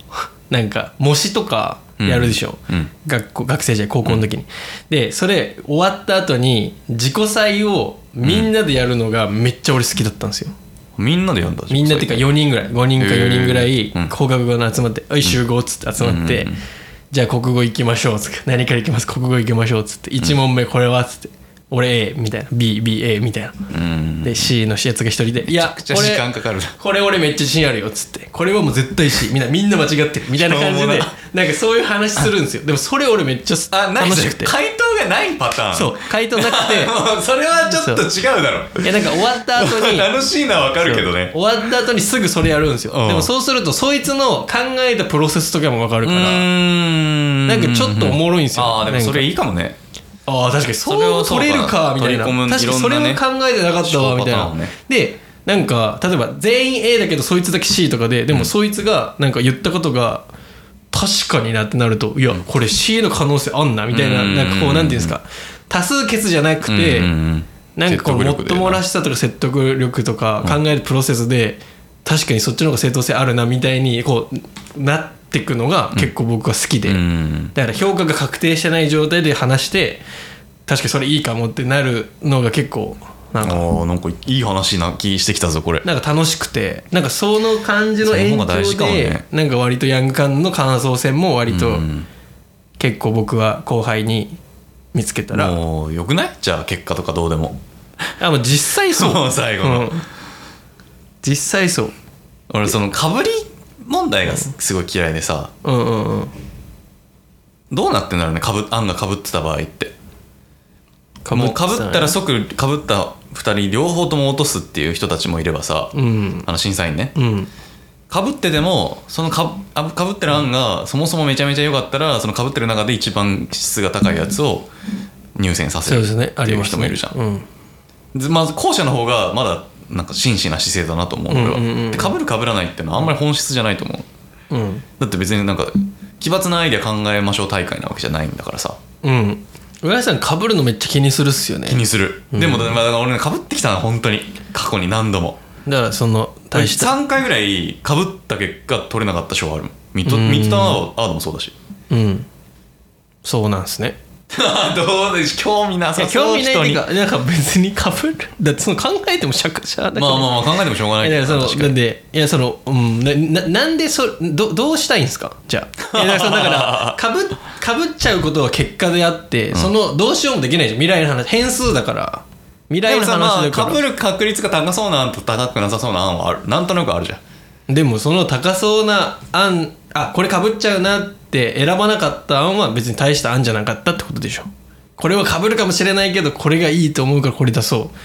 Speaker 1: なんか模試とかやるでしょ、
Speaker 2: うんうん
Speaker 1: 学校学生時代高校の時に、でそれ終わった後に自己採をみんなでやるのがめっちゃ俺好きだったんですよ、
Speaker 2: みんなでやんだ
Speaker 1: みんなっていうか4人ぐらい5人か4人ぐらい
Speaker 2: うん
Speaker 1: 工学部の集まって「おい集合」っつって集まって
Speaker 2: うん
Speaker 1: 「じゃあ国語行きましょう」っつって「何から行きます国語行きましょう」っつって「1問目これは」っつって「俺 A」みたいな「BBA」みたいな
Speaker 2: うん
Speaker 1: で C のやつが一人で「いや
Speaker 2: めちゃくちゃ時間
Speaker 1: 俺
Speaker 2: かかるな
Speaker 1: これ俺めっちゃ自信あるよ」っつって「これはもう絶対 C みんなみんな間違ってる」みたいな感じ
Speaker 2: しょうも
Speaker 1: で
Speaker 2: な
Speaker 1: なんかそういう話するんですよでもそれ俺めっちゃ
Speaker 2: あない
Speaker 1: 楽しくて
Speaker 2: 回答がないパターン
Speaker 1: そう回答なくて
Speaker 2: もう それはちょっと違うだろ
Speaker 1: いやなんか終わった後に
Speaker 2: 楽しいのはわかるけどね
Speaker 1: 終わった後にすぐそれやるんですよ
Speaker 2: うん
Speaker 1: でもそうするとそいつの考えたプロセスとかも分かる
Speaker 2: う
Speaker 1: から
Speaker 2: ん
Speaker 1: なんかちょっとおもろいんですよ
Speaker 2: ああでもそれ
Speaker 1: なんか
Speaker 2: いいかもね
Speaker 1: あー確かに
Speaker 2: それ
Speaker 1: そ
Speaker 2: を
Speaker 1: う取れるかみたいな
Speaker 2: 取り込む
Speaker 1: 確かにそれ
Speaker 2: いろ
Speaker 1: も
Speaker 2: んなね
Speaker 1: 考えてなかったわみたいな
Speaker 2: 思考パターンをね
Speaker 1: でなんか例えば全員 A だけどそいつだけ C とかででもそいつがなんか言ったことが確かになってなるといやこれ C の可能性あんなみたいな
Speaker 2: うん
Speaker 1: なんかこうなんていうんですか多数決じゃなくて、
Speaker 2: うんうんうん
Speaker 1: なんかこの
Speaker 2: 説
Speaker 1: も
Speaker 2: 得
Speaker 1: っ
Speaker 2: 力で
Speaker 1: ともらしさとか説得力とか考えるプロセスで確かにそっちの方が正当性あるなみたいにこうなってくのが結構僕は好きで、
Speaker 2: うん
Speaker 1: だから評価が確定してない状態で話して確かにそれいいかもってなるのが結構なん
Speaker 2: あ
Speaker 1: か
Speaker 2: ーなんかいい話な気してきたぞこれ
Speaker 1: なんか楽しくてなんかその感じの
Speaker 2: そ
Speaker 1: 延
Speaker 2: の方が大事
Speaker 1: 長
Speaker 2: かも
Speaker 1: で、
Speaker 2: ね
Speaker 1: なんか割とヤングカンの感想戦も割と結構僕は後輩に見つけたら
Speaker 2: もうよくないじゃあ結果とかどうでも
Speaker 1: あもう実際そう
Speaker 2: もう 最後の
Speaker 1: うん実際そう
Speaker 2: 俺そのかぶり問題がすすごい嫌いでさ
Speaker 1: うんうんうん
Speaker 2: どうなってんだろうねかぶ案がかぶってた場合ってもうかぶったら即かぶった2人両方とも落とすっていう人たちもいればさ、
Speaker 1: うん
Speaker 2: あの審査員ね
Speaker 1: うん
Speaker 2: かぶっててもそのかぶかぶってる案がそもそもめちゃめちゃ良かったらそのかぶってる中で一番質が高いやつを入選させ
Speaker 1: そう
Speaker 2: る
Speaker 1: ですねあ
Speaker 2: っ
Speaker 1: り
Speaker 2: ていう
Speaker 1: ます
Speaker 2: 人
Speaker 1: ね
Speaker 2: もいるじゃん
Speaker 1: うん
Speaker 2: ずまず後者の方がまだなんか真摯な姿勢だなと思う俺は、
Speaker 1: うんうんうん
Speaker 2: でかぶるかぶらないっていうのはあんまり本質じゃないと思う
Speaker 1: うん
Speaker 2: だって別になんか奇抜なアイデア考えましょう大会なわけじゃないんだからさ
Speaker 1: うん浦井さんかぶるのめっちゃ気にするっすよね
Speaker 2: 気にする、でもだからだから俺ねかぶってきたの本当に過去に何度も
Speaker 1: だからその大した
Speaker 2: 3回ぐらいかぶった結果取れなかった賞はあるもんミッド
Speaker 1: うん
Speaker 2: ミッドタウンアワードもそうだし
Speaker 1: うんそうなんですね
Speaker 2: どうでし興味ないさ
Speaker 1: や
Speaker 2: そ
Speaker 1: 興
Speaker 2: う
Speaker 1: 味ないっ
Speaker 2: 人
Speaker 1: てい
Speaker 2: に
Speaker 1: う
Speaker 2: ま
Speaker 1: かなんか別にかぶる だってその考えてもしゃくしゃだ
Speaker 2: あ
Speaker 1: から
Speaker 2: まあまあ考えてもしょうがない
Speaker 1: い
Speaker 2: け
Speaker 1: やだ
Speaker 2: ど
Speaker 1: からそのな
Speaker 2: 確か
Speaker 1: ん
Speaker 2: に
Speaker 1: でいやそのうんなななんでそどどうしたいんですかじゃあ いやだからそのだからかぶかぶっちゃうことは結果であって、そのどうしようもできないじゃん未来の話変数だから未
Speaker 2: で
Speaker 1: 来
Speaker 2: も
Speaker 1: の
Speaker 2: さま
Speaker 1: 話
Speaker 2: あ
Speaker 1: だか
Speaker 2: からぶる確率が高そうな案と高くなさそうな案はあるなんとなくあるじゃん
Speaker 1: でもその高そうな案あこれかぶっちゃうなって選ばなかった案は別に大した案じゃなかったってことでしょこれはかぶるかもしれないけどこれがいいと思うからこれ出そう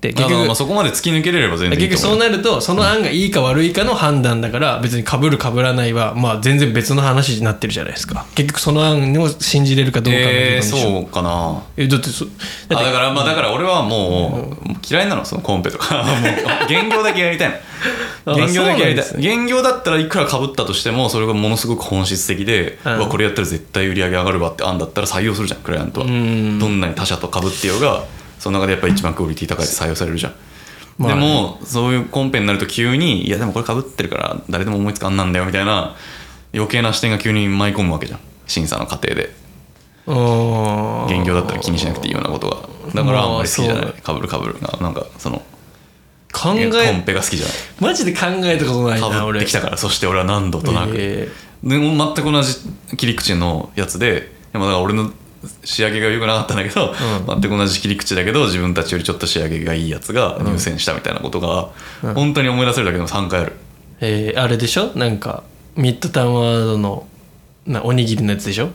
Speaker 1: で
Speaker 2: だ
Speaker 1: 結
Speaker 2: からまあ
Speaker 1: 局
Speaker 2: そこまで突き抜けれれば全然い
Speaker 1: 結
Speaker 2: いと
Speaker 1: 局
Speaker 2: 思う
Speaker 1: そうなるとその案がいいか悪いかの判断だから別にかぶるかぶらないはまあ全然別の話になってるじゃないですか結局その案を信じれるかどうかの部分
Speaker 2: え
Speaker 1: で
Speaker 2: ー、
Speaker 1: しょ
Speaker 2: そうかな
Speaker 1: えだってそ
Speaker 2: あ
Speaker 1: だっ
Speaker 2: だからまあだから俺はもう嫌いなのそのコンペ とかもう現業だけやりたいの
Speaker 1: あ
Speaker 2: 現業だけやりた
Speaker 1: そ
Speaker 2: い、現業だったらいくらかぶったとしてもそれがものすごく本質的で、う
Speaker 1: うん
Speaker 2: わこれやったら絶対売り上げ上がるわって案だったら採用するじゃんクライアントはど
Speaker 1: ん
Speaker 2: んなに他社とかぶってようがその中でやっぱり一番クオリティ高いやつ採用されるじゃん、
Speaker 1: まあ
Speaker 2: で
Speaker 1: ね
Speaker 2: もそういうコンペになると急にいやでもこれかぶってるから誰でも思いつかんなんだよみたいな余計な視点が急に舞い込むわけじゃん審査の過程で
Speaker 1: てうーん
Speaker 2: 現業だったら気にしなくていいようなことがだからあんまり好きじゃな
Speaker 1: ま
Speaker 2: い
Speaker 1: あそ
Speaker 2: かぶるかぶるがなんかその
Speaker 1: 考
Speaker 2: コン
Speaker 1: え
Speaker 2: ペが好きじゃない
Speaker 1: マジで考えたことない
Speaker 2: か
Speaker 1: な
Speaker 2: ぶっ
Speaker 1: 俺
Speaker 2: てきたからそして俺は何度となく、
Speaker 1: え
Speaker 2: でも全く同じ切り口のやつででもだから俺の仕上げが良くなかったんだけど、全く同じ切り口だけど自分たちよりちょっと仕上げがいいやつが入選したみたいなことが、本当に思い出せるだけでも3回ある
Speaker 1: ーえーあれでしょなんかミッドタウンワードのなおにぎりのやつでしょ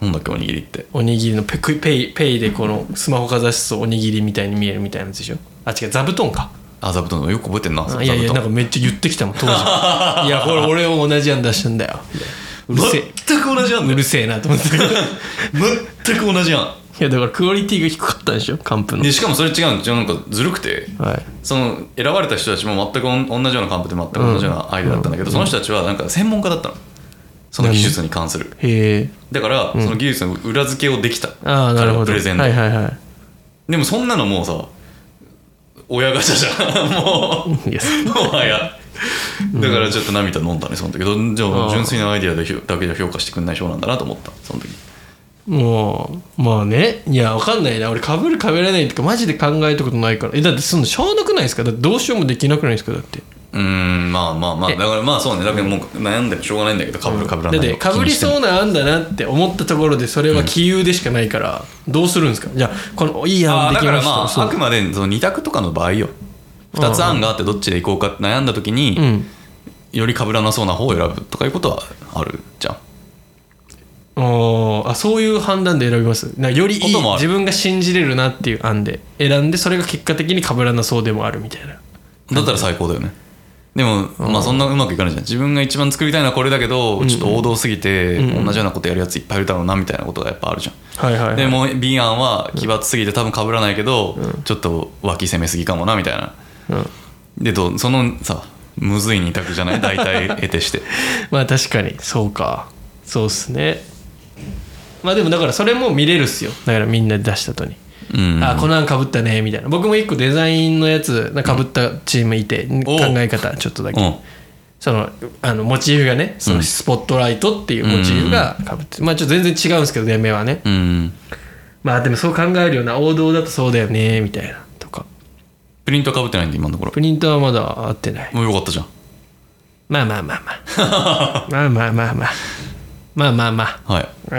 Speaker 2: なんだっけおにぎりって
Speaker 1: おにぎりのペクペイペイでこのスマホかざすとおにぎりみたいに見えるみたいなやつでしょあ違う座布団か
Speaker 2: あ座布団よく覚えてんな座布
Speaker 1: いやいやなん
Speaker 2: 団
Speaker 1: かめっちゃ言ってきたも ん当時いやこれ俺も同じ案出したんだようるせえ
Speaker 2: 全く同じやん
Speaker 1: うるせえなと思ってたけど い
Speaker 2: 全く同じやん
Speaker 1: やだからクオリティが低かったんでしょカンプの
Speaker 2: でしかもそれ違うんじゃなんかずるくて
Speaker 1: はい
Speaker 2: その選ばれた人たちも全くおん同じようなカンペで全く同じようなアイデアだったんだけど、その人たちはなんか専門家だったのその技術に関する
Speaker 1: へえ
Speaker 2: だからその技術の裏付けをできた、
Speaker 1: ああなるほ
Speaker 2: 彼の
Speaker 1: ど
Speaker 2: プレゼンで、
Speaker 1: はいはいは
Speaker 2: でもそんなのもうさ親ガチャじゃん も
Speaker 1: いいや
Speaker 2: うもはやだからちょっと涙飲んだねその時どじゃ
Speaker 1: あ
Speaker 2: あ
Speaker 1: ー
Speaker 2: 純粋なアイデアだけだけじゃ評価してくんない賞なんだなと思ったその時
Speaker 1: もうまあねいやわかんないな俺かぶるかぶらないとかマジで考えたことないからえだってそのしょうなくないですかだってどうしようもできなくないですかだって
Speaker 2: うーんまあまあまあ
Speaker 1: え
Speaker 2: だからまあそうねだけどもう悩んでもしょうがないんだけどかぶるかぶら
Speaker 1: だ
Speaker 2: ない
Speaker 1: ってかぶりそうな案だなって思ったところでそれは杞憂でしかないからどうするんですかじゃあこのいい案
Speaker 2: あー
Speaker 1: で
Speaker 2: だ
Speaker 1: き
Speaker 2: から
Speaker 1: まし
Speaker 2: ま
Speaker 1: た
Speaker 2: あ
Speaker 1: そ
Speaker 2: あ
Speaker 1: う
Speaker 2: くまでその2択とかの場合よ2つ案があってどっちで行こうか悩んだ時に、
Speaker 1: うん
Speaker 2: より被らなそうな方を選ぶとかいうことはあるじゃん
Speaker 1: おーあそういう判断で選びますなんかよりい
Speaker 2: こと
Speaker 1: い
Speaker 2: もある
Speaker 1: 自分が信じれるなっていう案で選んでそれが結果的に被らなそうでもあるみたいな
Speaker 2: だったら最高だよねでも、まあそんなうまくいかないじゃん自分が一番作りたいのはこれだけど、ちょっと王道すぎて、同じようなことやるやついっぱいいるだろうなみたいなことがやっぱあるじゃん、
Speaker 1: はいはい、はい、
Speaker 2: でもう B 案は奇抜すぎて多分被らないけど、ちょっと脇攻めすぎかもなみたいな
Speaker 1: うん
Speaker 2: でどそのさむずい2択じゃない大体得てして
Speaker 1: まあ確かにそうかそうっすねまあでもだからそれも見れるっすよだからみんなで出した後に、
Speaker 2: うん
Speaker 1: あこの案かぶったねみたいな僕も一個デザインのやつかぶったチームいて、考え方ちょっとだけ、
Speaker 2: うん
Speaker 1: そのあのモチーフがねそのスポットライトっていうモチーフがかぶって、まあちょっと全然違うんですけどね目はね
Speaker 2: うん
Speaker 1: まあでもそう考えるような王道だとそうだよねみたいなとか
Speaker 2: プリントは被ってないんで今のところ
Speaker 1: プリントはまだ合ってない
Speaker 2: もうよかったじゃん
Speaker 1: まあまあまあ まあまあまあまあまあまあまあまあ
Speaker 2: はい
Speaker 1: うん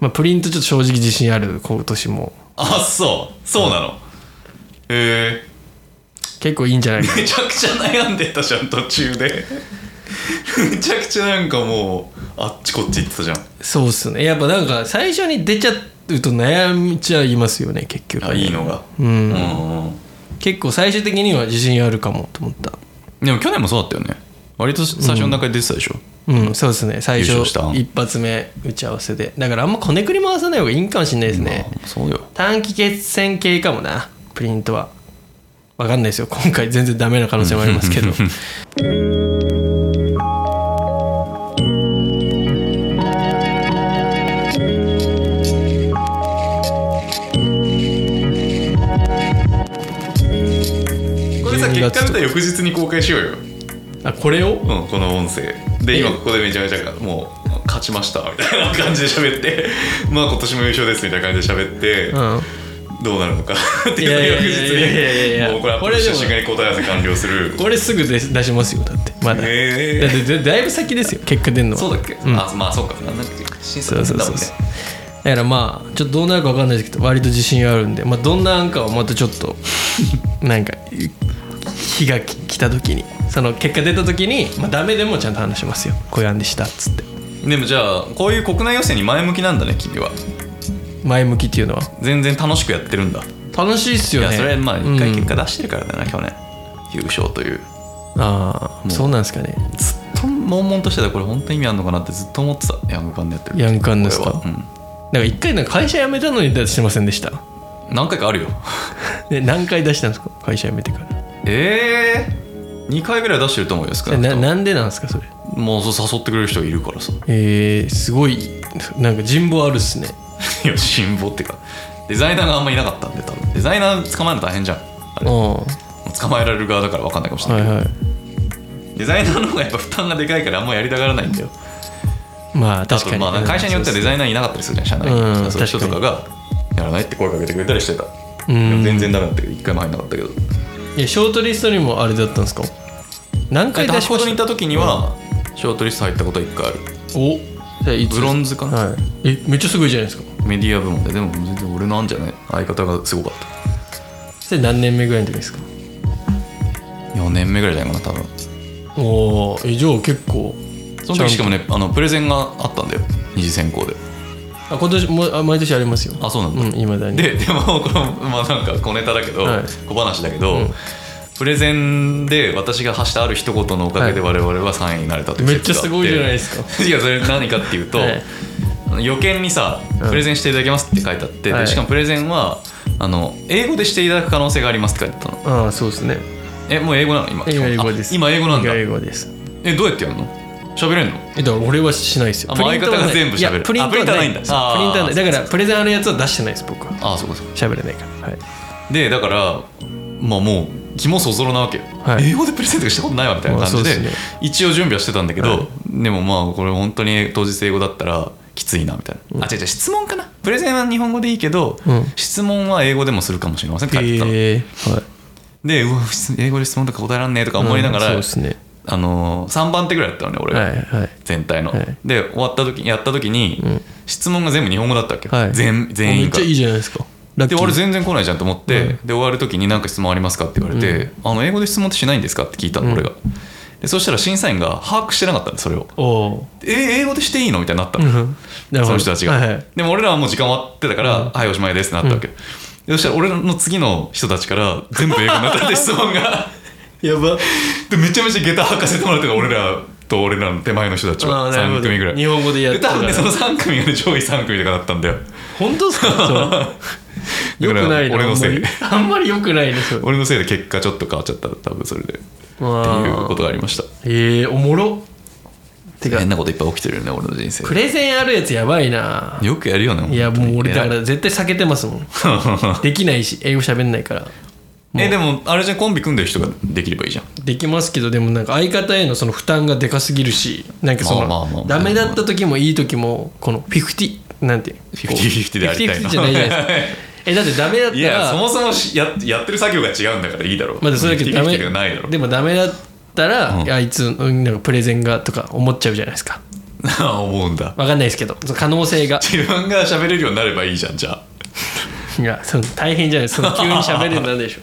Speaker 1: まあプリントちょっと正直自信ある今年も
Speaker 2: あそうそうなのへえ
Speaker 1: 結構いいんじゃないか
Speaker 2: めちゃくちゃ悩んでたじゃん途中でめちゃくちゃなんかもうあっちこっち行ってたじゃん
Speaker 1: そうっすねやっぱなんか最初に出ちゃうと悩みちゃいますよね結局
Speaker 2: あいいのが
Speaker 1: うん
Speaker 2: うん
Speaker 1: 結構最終的には自信あるかもと思った
Speaker 2: でも去年もそうだったよね割と最初の中で出てたでしょ、
Speaker 1: うんそうですね最初
Speaker 2: 優勝した
Speaker 1: 一発目打ち合わせでだからあんまこねくり回さない方がいいんかもしれないですね、
Speaker 2: まあそうよ
Speaker 1: 短期決戦系かもなプリントは分かんないですよ今回全然ダメな可能性もあります けど
Speaker 2: これさ
Speaker 1: 12
Speaker 2: 結
Speaker 1: 月
Speaker 2: 果出た翌日に公開しようよ、
Speaker 1: あこれを
Speaker 2: うん、この音声で
Speaker 1: え
Speaker 2: 今ここでめちゃめちゃもう勝ちましたみたいな感じで喋 ってまあ今年も優勝ですみたいな感じで喋って、
Speaker 1: うん
Speaker 2: どうなる のかって
Speaker 1: いやい
Speaker 2: いう
Speaker 1: やいやいやいや
Speaker 2: 翌日にもうこれアップロードした瞬間に答え合わせ完了する
Speaker 1: これすぐ出し出しますよだってまだ,、
Speaker 2: えー
Speaker 1: だってだだいぶ先ですよ結果出るのは
Speaker 2: そうだっけ、
Speaker 1: ん
Speaker 2: あまあそうかなんだっけ審査
Speaker 1: そうそうそう
Speaker 2: だ
Speaker 1: そうだからまあちょっとどうなるか分かんないですけど割と自信あるんで、まあ、どんな案かはまたちょっ となんか日がき来た時にその結果出た時に、まあ、ダメでもちゃんと話しますよこういう案でしたっつって
Speaker 2: もんねでもじゃあこういう国内予選に前向きなんだね君は
Speaker 1: 前向きっていうのは
Speaker 2: 全然楽しくやってるんだ
Speaker 1: 楽しいっす
Speaker 2: い
Speaker 1: よ
Speaker 2: や
Speaker 1: ね
Speaker 2: それはまあ一回結
Speaker 1: うん
Speaker 2: 果出してるからだな、去年優勝という
Speaker 1: ああそうなんですかね
Speaker 2: ずっと悶々としてたこれ本当に意味あるのかなってずっと思ってたヤングカンでやってる
Speaker 1: ヤングカンですか
Speaker 2: これは
Speaker 1: なんか一回なんか会社辞めたのに出してませんでした
Speaker 2: うん、何回かあるよ
Speaker 1: で何回出したんですか会社辞めてから
Speaker 2: ええ2回ぐらい出してると思うよ少
Speaker 1: え
Speaker 2: なく
Speaker 1: な
Speaker 2: とも
Speaker 1: なんでなんですかそれ
Speaker 2: もうそう誘ってくれる人がいるからさ
Speaker 1: えー、すごいなんか人望あるっすね
Speaker 2: いや辛抱っていうかデザイナーがあんまいなかったんで多分デザイナー捕まえるの大変じゃんあれ
Speaker 1: うん
Speaker 2: も
Speaker 1: は
Speaker 2: う捕まえられる側だから分かんないかもし
Speaker 1: い
Speaker 2: れないけど、
Speaker 1: は
Speaker 2: デザイナーの方がやっぱ負担がでかいからあんまやりたがらないんだよ
Speaker 1: いまあ
Speaker 2: あ
Speaker 1: 確か
Speaker 2: と
Speaker 1: に
Speaker 2: まあなんか会社によってはデザイナーいなかったりするじゃん社内に、
Speaker 1: うん
Speaker 2: そういう人とかがやらないって声かけてくれたりしてた、
Speaker 1: ん
Speaker 2: でも全然ダメだったけど一回も入んなかったけど
Speaker 1: いやショートリストにもあれだったんですか何
Speaker 2: えっ
Speaker 1: 回
Speaker 2: と
Speaker 1: 出し
Speaker 2: 箱
Speaker 1: まし
Speaker 2: に行ったた時にはショートリスト入ったこと一回ある
Speaker 1: おじゃあいつ
Speaker 2: ブロンズかな、
Speaker 1: はいえめっちゃすごいじゃないですか
Speaker 2: メディア部門ででも全然俺のあんじゃない相方がすごかった
Speaker 1: それ何年目ぐらいの時ですか
Speaker 2: 4年目ぐらいじゃないかな多分
Speaker 1: おおえじゃあ結構
Speaker 2: その時しかもねあのプレゼンがあったんだよ二次選考で
Speaker 1: あ今年もあ毎年ありますよ
Speaker 2: あそうなんだ、
Speaker 1: うんいまだに
Speaker 2: ででもこのまあなんか小ネタだけど、
Speaker 1: はい
Speaker 2: 小話だけど、プレゼンで私が発したある一言のおかげで
Speaker 1: は
Speaker 2: 我々は3位になれたという
Speaker 1: めっちゃすごいじゃないですすか
Speaker 2: か いやそれ何かっていうと、
Speaker 1: はい
Speaker 2: あの予見にさ「プレゼンしていただきます」って書いてあって、で
Speaker 1: はい
Speaker 2: しかもプレゼンはあの英語でしていただく可能性がありますって書いてあったの
Speaker 1: ああそうですね
Speaker 2: えもう英語なの今
Speaker 1: 今英語です
Speaker 2: あ今英語なんだ
Speaker 1: 今英語です
Speaker 2: えどうやってやるの喋れんの
Speaker 1: えだから俺はしないですよ
Speaker 2: あもう相方が全部喋る
Speaker 1: いやプリントはないんだプリ
Speaker 2: あ
Speaker 1: ント
Speaker 2: プリント
Speaker 1: は
Speaker 2: は
Speaker 1: な
Speaker 2: ないいんだ
Speaker 1: だからプレゼンあるやつは出してないです僕は
Speaker 2: ああそうかそうか
Speaker 1: 喋れないからはい
Speaker 2: でだからまあもう気もそぞろなわけよ、
Speaker 1: はい
Speaker 2: 英語でプレゼントしたことないわみたいな感じ
Speaker 1: まあ
Speaker 2: で,、
Speaker 1: そうですね
Speaker 2: 一応準備はしてたんだけど、
Speaker 1: はい
Speaker 2: でもまあこれ本当に当日英語だったらきついなみたいな、あ違う違う質問かなプレゼンは日本語でいいけど、
Speaker 1: うん
Speaker 2: 質問は英語でもするかもしれませんって書いてたの、
Speaker 1: えーはい
Speaker 2: でうわ質英語で質問とか答えらんねえとか思いながら、
Speaker 1: うんそうですね
Speaker 2: あのー、3番手ぐらいだったのね俺が、
Speaker 1: はいはい
Speaker 2: 全体の、
Speaker 1: はい
Speaker 2: で終わった時やった時に、質問が全部日本語だったわけよ、
Speaker 1: はい
Speaker 2: 全全
Speaker 1: あめ
Speaker 2: 員
Speaker 1: っ
Speaker 2: が
Speaker 1: ちゃいいじゃないですかラッキ
Speaker 2: で
Speaker 1: ー
Speaker 2: 俺全然来ないじゃんと思って、で終わる時に何か質問ありますかって言われて、あの英語で質問ってしないんですかって聞いたの、俺がでそしたら審査員が把握してなかったんでそれを
Speaker 1: おお
Speaker 2: え英語でしていいのみたいになった
Speaker 1: ー
Speaker 2: の、
Speaker 1: うんなるほど
Speaker 2: その人たちが、
Speaker 1: はいはい
Speaker 2: でも俺らはもう時間終わってたから、はいおしまいですってなったわけ、でそしたら俺の次の人たちから全部英語になったって質問が
Speaker 1: やば
Speaker 2: でめちゃめちゃ下駄履かせてもらってた俺らと俺らの手前の人たち
Speaker 1: あ
Speaker 2: は
Speaker 1: ーなるほ
Speaker 2: 3
Speaker 1: ど
Speaker 2: 組ぐらい
Speaker 1: 日本語でやってた
Speaker 2: 多
Speaker 1: から
Speaker 2: 分ねその3組がね上位3組とかだったんだよ
Speaker 1: 本当 ですかそれよ
Speaker 2: だから
Speaker 1: くないな
Speaker 2: 俺のせい
Speaker 1: あんまりあんまりよくないねそれ
Speaker 2: 俺のせいで結果ちょっと変わっちゃった多分それでっていうことがありました
Speaker 1: ええーおもろてか
Speaker 2: 変なこといっぱい起きてるよね俺の人生
Speaker 1: プレゼンあるやつやばいな
Speaker 2: よくやるよね
Speaker 1: いや
Speaker 2: 本当
Speaker 1: も
Speaker 2: に
Speaker 1: う俺だか
Speaker 2: 偉い
Speaker 1: ら絶対避けてますもん できないし英語喋んないから
Speaker 2: えでもあれじゃんコンビ組んでる人ができればいいじゃん
Speaker 1: できますけどでもなんか相方へのその負担がでかすぎるしなんかそ
Speaker 2: まあまあまあま
Speaker 1: の
Speaker 2: あ
Speaker 1: ダメだった時もいい時もこのフィフティなんてフ
Speaker 2: 50-50でありたいな
Speaker 1: じゃないじゃ ないですかえだってダメだった
Speaker 2: いやそ
Speaker 1: ら
Speaker 2: もそもしややってる作業が違うんだからいいだろ
Speaker 1: まだそれだけダメ
Speaker 2: 50-50がないだろ
Speaker 1: でもダメだったら、
Speaker 2: うん
Speaker 1: あいつうんなんかプレゼンがとか思っちゃうじゃないですか
Speaker 2: 思うんだ
Speaker 1: わかんないですけどその可能性 が
Speaker 2: 自分が喋れるようになればいいじゃんじゃあ
Speaker 1: いやその大変じゃない その急に喋るのなんでしょう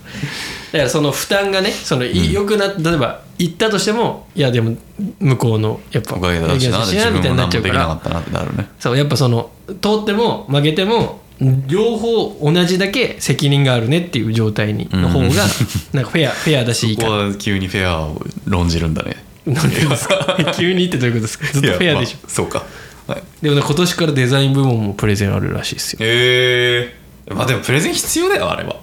Speaker 1: だからその負担がねそのい良くな例えば行ったとしてもいやでも向こうのやっぱ
Speaker 2: おかげだしな
Speaker 1: や
Speaker 2: 自
Speaker 1: みたい
Speaker 2: 分も
Speaker 1: になっ
Speaker 2: 何も
Speaker 1: ちゃ
Speaker 2: で
Speaker 1: うか
Speaker 2: きなからったなってなるね
Speaker 1: そうやっぱその通っても負けても両方同じだけ責任があるねっていう状態にの方が
Speaker 2: うん
Speaker 1: なんかフ ェアフェアだしいい
Speaker 2: こ
Speaker 1: か
Speaker 2: こ
Speaker 1: な
Speaker 2: は急にフェアを論じるんだね
Speaker 1: なんでです か急にってどういうことですかずっとフ
Speaker 2: い
Speaker 1: ェア
Speaker 2: やまあ
Speaker 1: でしょ
Speaker 2: そうか、はい、
Speaker 1: でもね今年からデザイン部門もプレゼンあるらしいですよ
Speaker 2: ええまあでもプレゼン必要だよあれは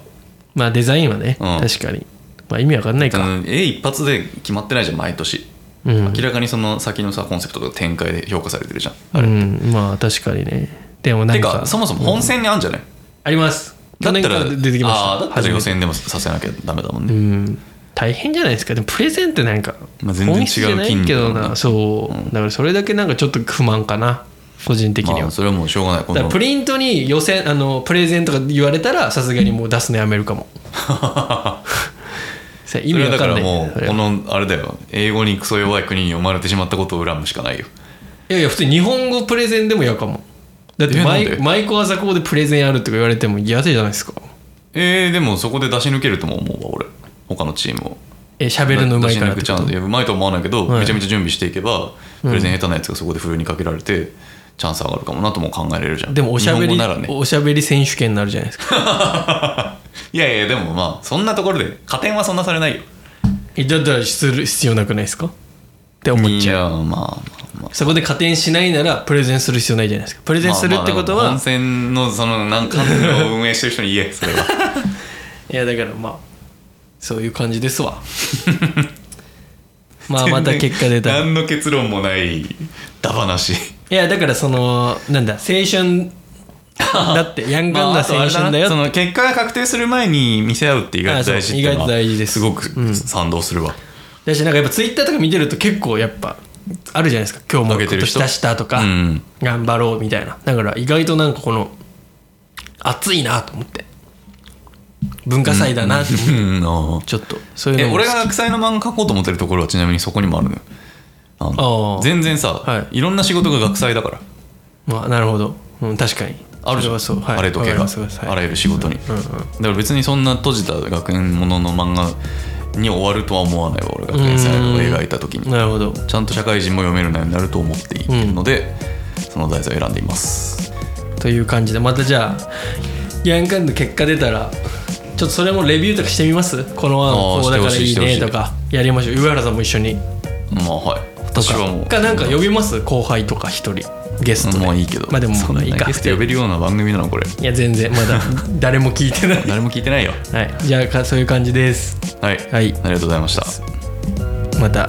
Speaker 1: まあデザインはね
Speaker 2: うん
Speaker 1: 確かにまあ意味わかんないか
Speaker 2: うん絵一発で決まってないじゃん毎年
Speaker 1: うん
Speaker 2: 明らかにその先のさコンセプトとか展開で評価されてるじゃん
Speaker 1: うんまあ確かにねでもな
Speaker 2: て
Speaker 1: ん
Speaker 2: か
Speaker 1: か
Speaker 2: そもそも本戦にあんじゃない
Speaker 1: あります
Speaker 2: だ
Speaker 1: 去
Speaker 2: っ
Speaker 1: 年
Speaker 2: た
Speaker 1: からら出てきました
Speaker 2: ああだったら
Speaker 1: 初
Speaker 2: 予
Speaker 1: めて
Speaker 2: 選でもさせなきゃダメだもん
Speaker 1: う
Speaker 2: ね
Speaker 1: ん大変じゃないですかでもプレゼンってなんか
Speaker 2: まあ全然違う
Speaker 1: 本質じゃないけど
Speaker 2: 筋肉だもん
Speaker 1: な
Speaker 2: な
Speaker 1: そう
Speaker 2: うん
Speaker 1: だからそれだけなんかちょっと不満かな個人的に
Speaker 2: ま
Speaker 1: は
Speaker 2: あそれはもうしょうがないこ
Speaker 1: だから
Speaker 2: の
Speaker 1: プリントに予選あのプレゼンとか言われたらさすがにもう出すのやめるか もさ意味
Speaker 2: それは
Speaker 1: わ
Speaker 2: だ
Speaker 1: か
Speaker 2: か
Speaker 1: んな
Speaker 2: ら
Speaker 1: い
Speaker 2: も
Speaker 1: そうれ
Speaker 2: こ
Speaker 1: は
Speaker 2: のあれだよ英語にクソ弱い国に読まれてしまったことを恨むしかないよ
Speaker 1: いやいや普通に日本語プレゼンでも嫌かもだって
Speaker 2: え
Speaker 1: マ
Speaker 2: なん
Speaker 1: イ
Speaker 2: で
Speaker 1: マイコアザコでプレゼンあるとか言われても嫌じゃないですか
Speaker 2: えー、でもそこで出し抜けるとも思うわ俺他のチームを
Speaker 1: え喋るのうまいからっ
Speaker 2: 出
Speaker 1: て
Speaker 2: し
Speaker 1: こ
Speaker 2: 抜
Speaker 1: と
Speaker 2: くチャンスいやうまいとは思わないけど、
Speaker 1: はい
Speaker 2: めちゃめちゃ準備していけば
Speaker 1: うん
Speaker 2: プレゼン下手なやつがそこでふるいにかけられてチャンス上がるかもなとも考えれるじゃん
Speaker 1: でもおしゃべり、
Speaker 2: 日本語ならね
Speaker 1: おしゃべり選手権になるじゃないですか
Speaker 2: いやいやでもまあそんなところで加点はそんなされないよ
Speaker 1: えだったらする必要なくないですかって思っ
Speaker 2: い
Speaker 1: ちゃう
Speaker 2: やまあまあまあ
Speaker 1: そこで加点しないならプレゼンする必要ないじゃないですかプレゼンするってことは、
Speaker 2: まあまあでも本戦のそのなんか感情を運営してる人に言えそれは
Speaker 1: いやだからまあそういう感じです わま あまた結果出たらい
Speaker 2: 何の結論もないダ話
Speaker 1: やだからそのなんだ青 春だってヤング ガン
Speaker 2: ま
Speaker 1: ダ
Speaker 2: ああとあ
Speaker 1: 青
Speaker 2: れ
Speaker 1: 春
Speaker 2: な
Speaker 1: だよ
Speaker 2: その結果が確定する前に見せ合うって意外と大事っていうのは
Speaker 1: あそう意外と大事です
Speaker 2: すごく賛同するわ、
Speaker 1: だしなんかやっぱツイッターとか見てると結構やっぱあるじゃないですか今日も
Speaker 2: 上げ
Speaker 1: 今
Speaker 2: てる人
Speaker 1: 年出したとか、
Speaker 2: うん
Speaker 1: 頑張ろうみたいなだから意外となんかこの熱いなと思って文化祭だなって思って、
Speaker 2: うんああ
Speaker 1: ちょっとそういう
Speaker 2: え
Speaker 1: のも
Speaker 2: 俺が草絵の漫画描こうと思ってるところはちなみにそこにもあるのよあの
Speaker 1: ああ
Speaker 2: 全然さ、、
Speaker 1: はい
Speaker 2: ろんな仕事が学祭だから
Speaker 1: まあなるほど、うん、確かに
Speaker 2: あるじゃん
Speaker 1: それはそう、はい、
Speaker 2: あれとけ
Speaker 1: わ
Speaker 2: が
Speaker 1: かりますはい
Speaker 2: あらゆる仕事に、
Speaker 1: うんうん
Speaker 2: だから別にそんな閉じた学園ものの漫画に終わるとは思わないわ俺が天才を描いた時に
Speaker 1: なるほど
Speaker 2: ちゃんと社会人も読めるようになると思っているので、その題材を選んでいます
Speaker 1: という感じでまたじゃあヤンカンの結果出たらちょっとそれもレビューとかしてみますこの案
Speaker 2: あー
Speaker 1: こうだからい
Speaker 2: し
Speaker 1: い
Speaker 2: てほしい
Speaker 1: ね
Speaker 2: してほしい
Speaker 1: とかやりましょう上原さんも一緒に
Speaker 2: まあはい私はもう
Speaker 1: かなんか呼びます後輩とか一人ゲストで
Speaker 2: もういいけど
Speaker 1: まあでも
Speaker 2: そん
Speaker 1: ま
Speaker 2: な
Speaker 1: あいいか
Speaker 2: ゲスト呼べるような番組なの これ
Speaker 1: いや全然まだ誰も聞いてない、
Speaker 2: 誰も聞いてないよ
Speaker 1: はい、じゃあかそういう感じです
Speaker 2: はい、
Speaker 1: はい
Speaker 2: ありがとうございました
Speaker 1: また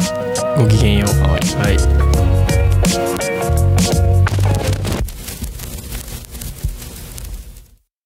Speaker 1: ごきげんよう
Speaker 2: はい
Speaker 1: はい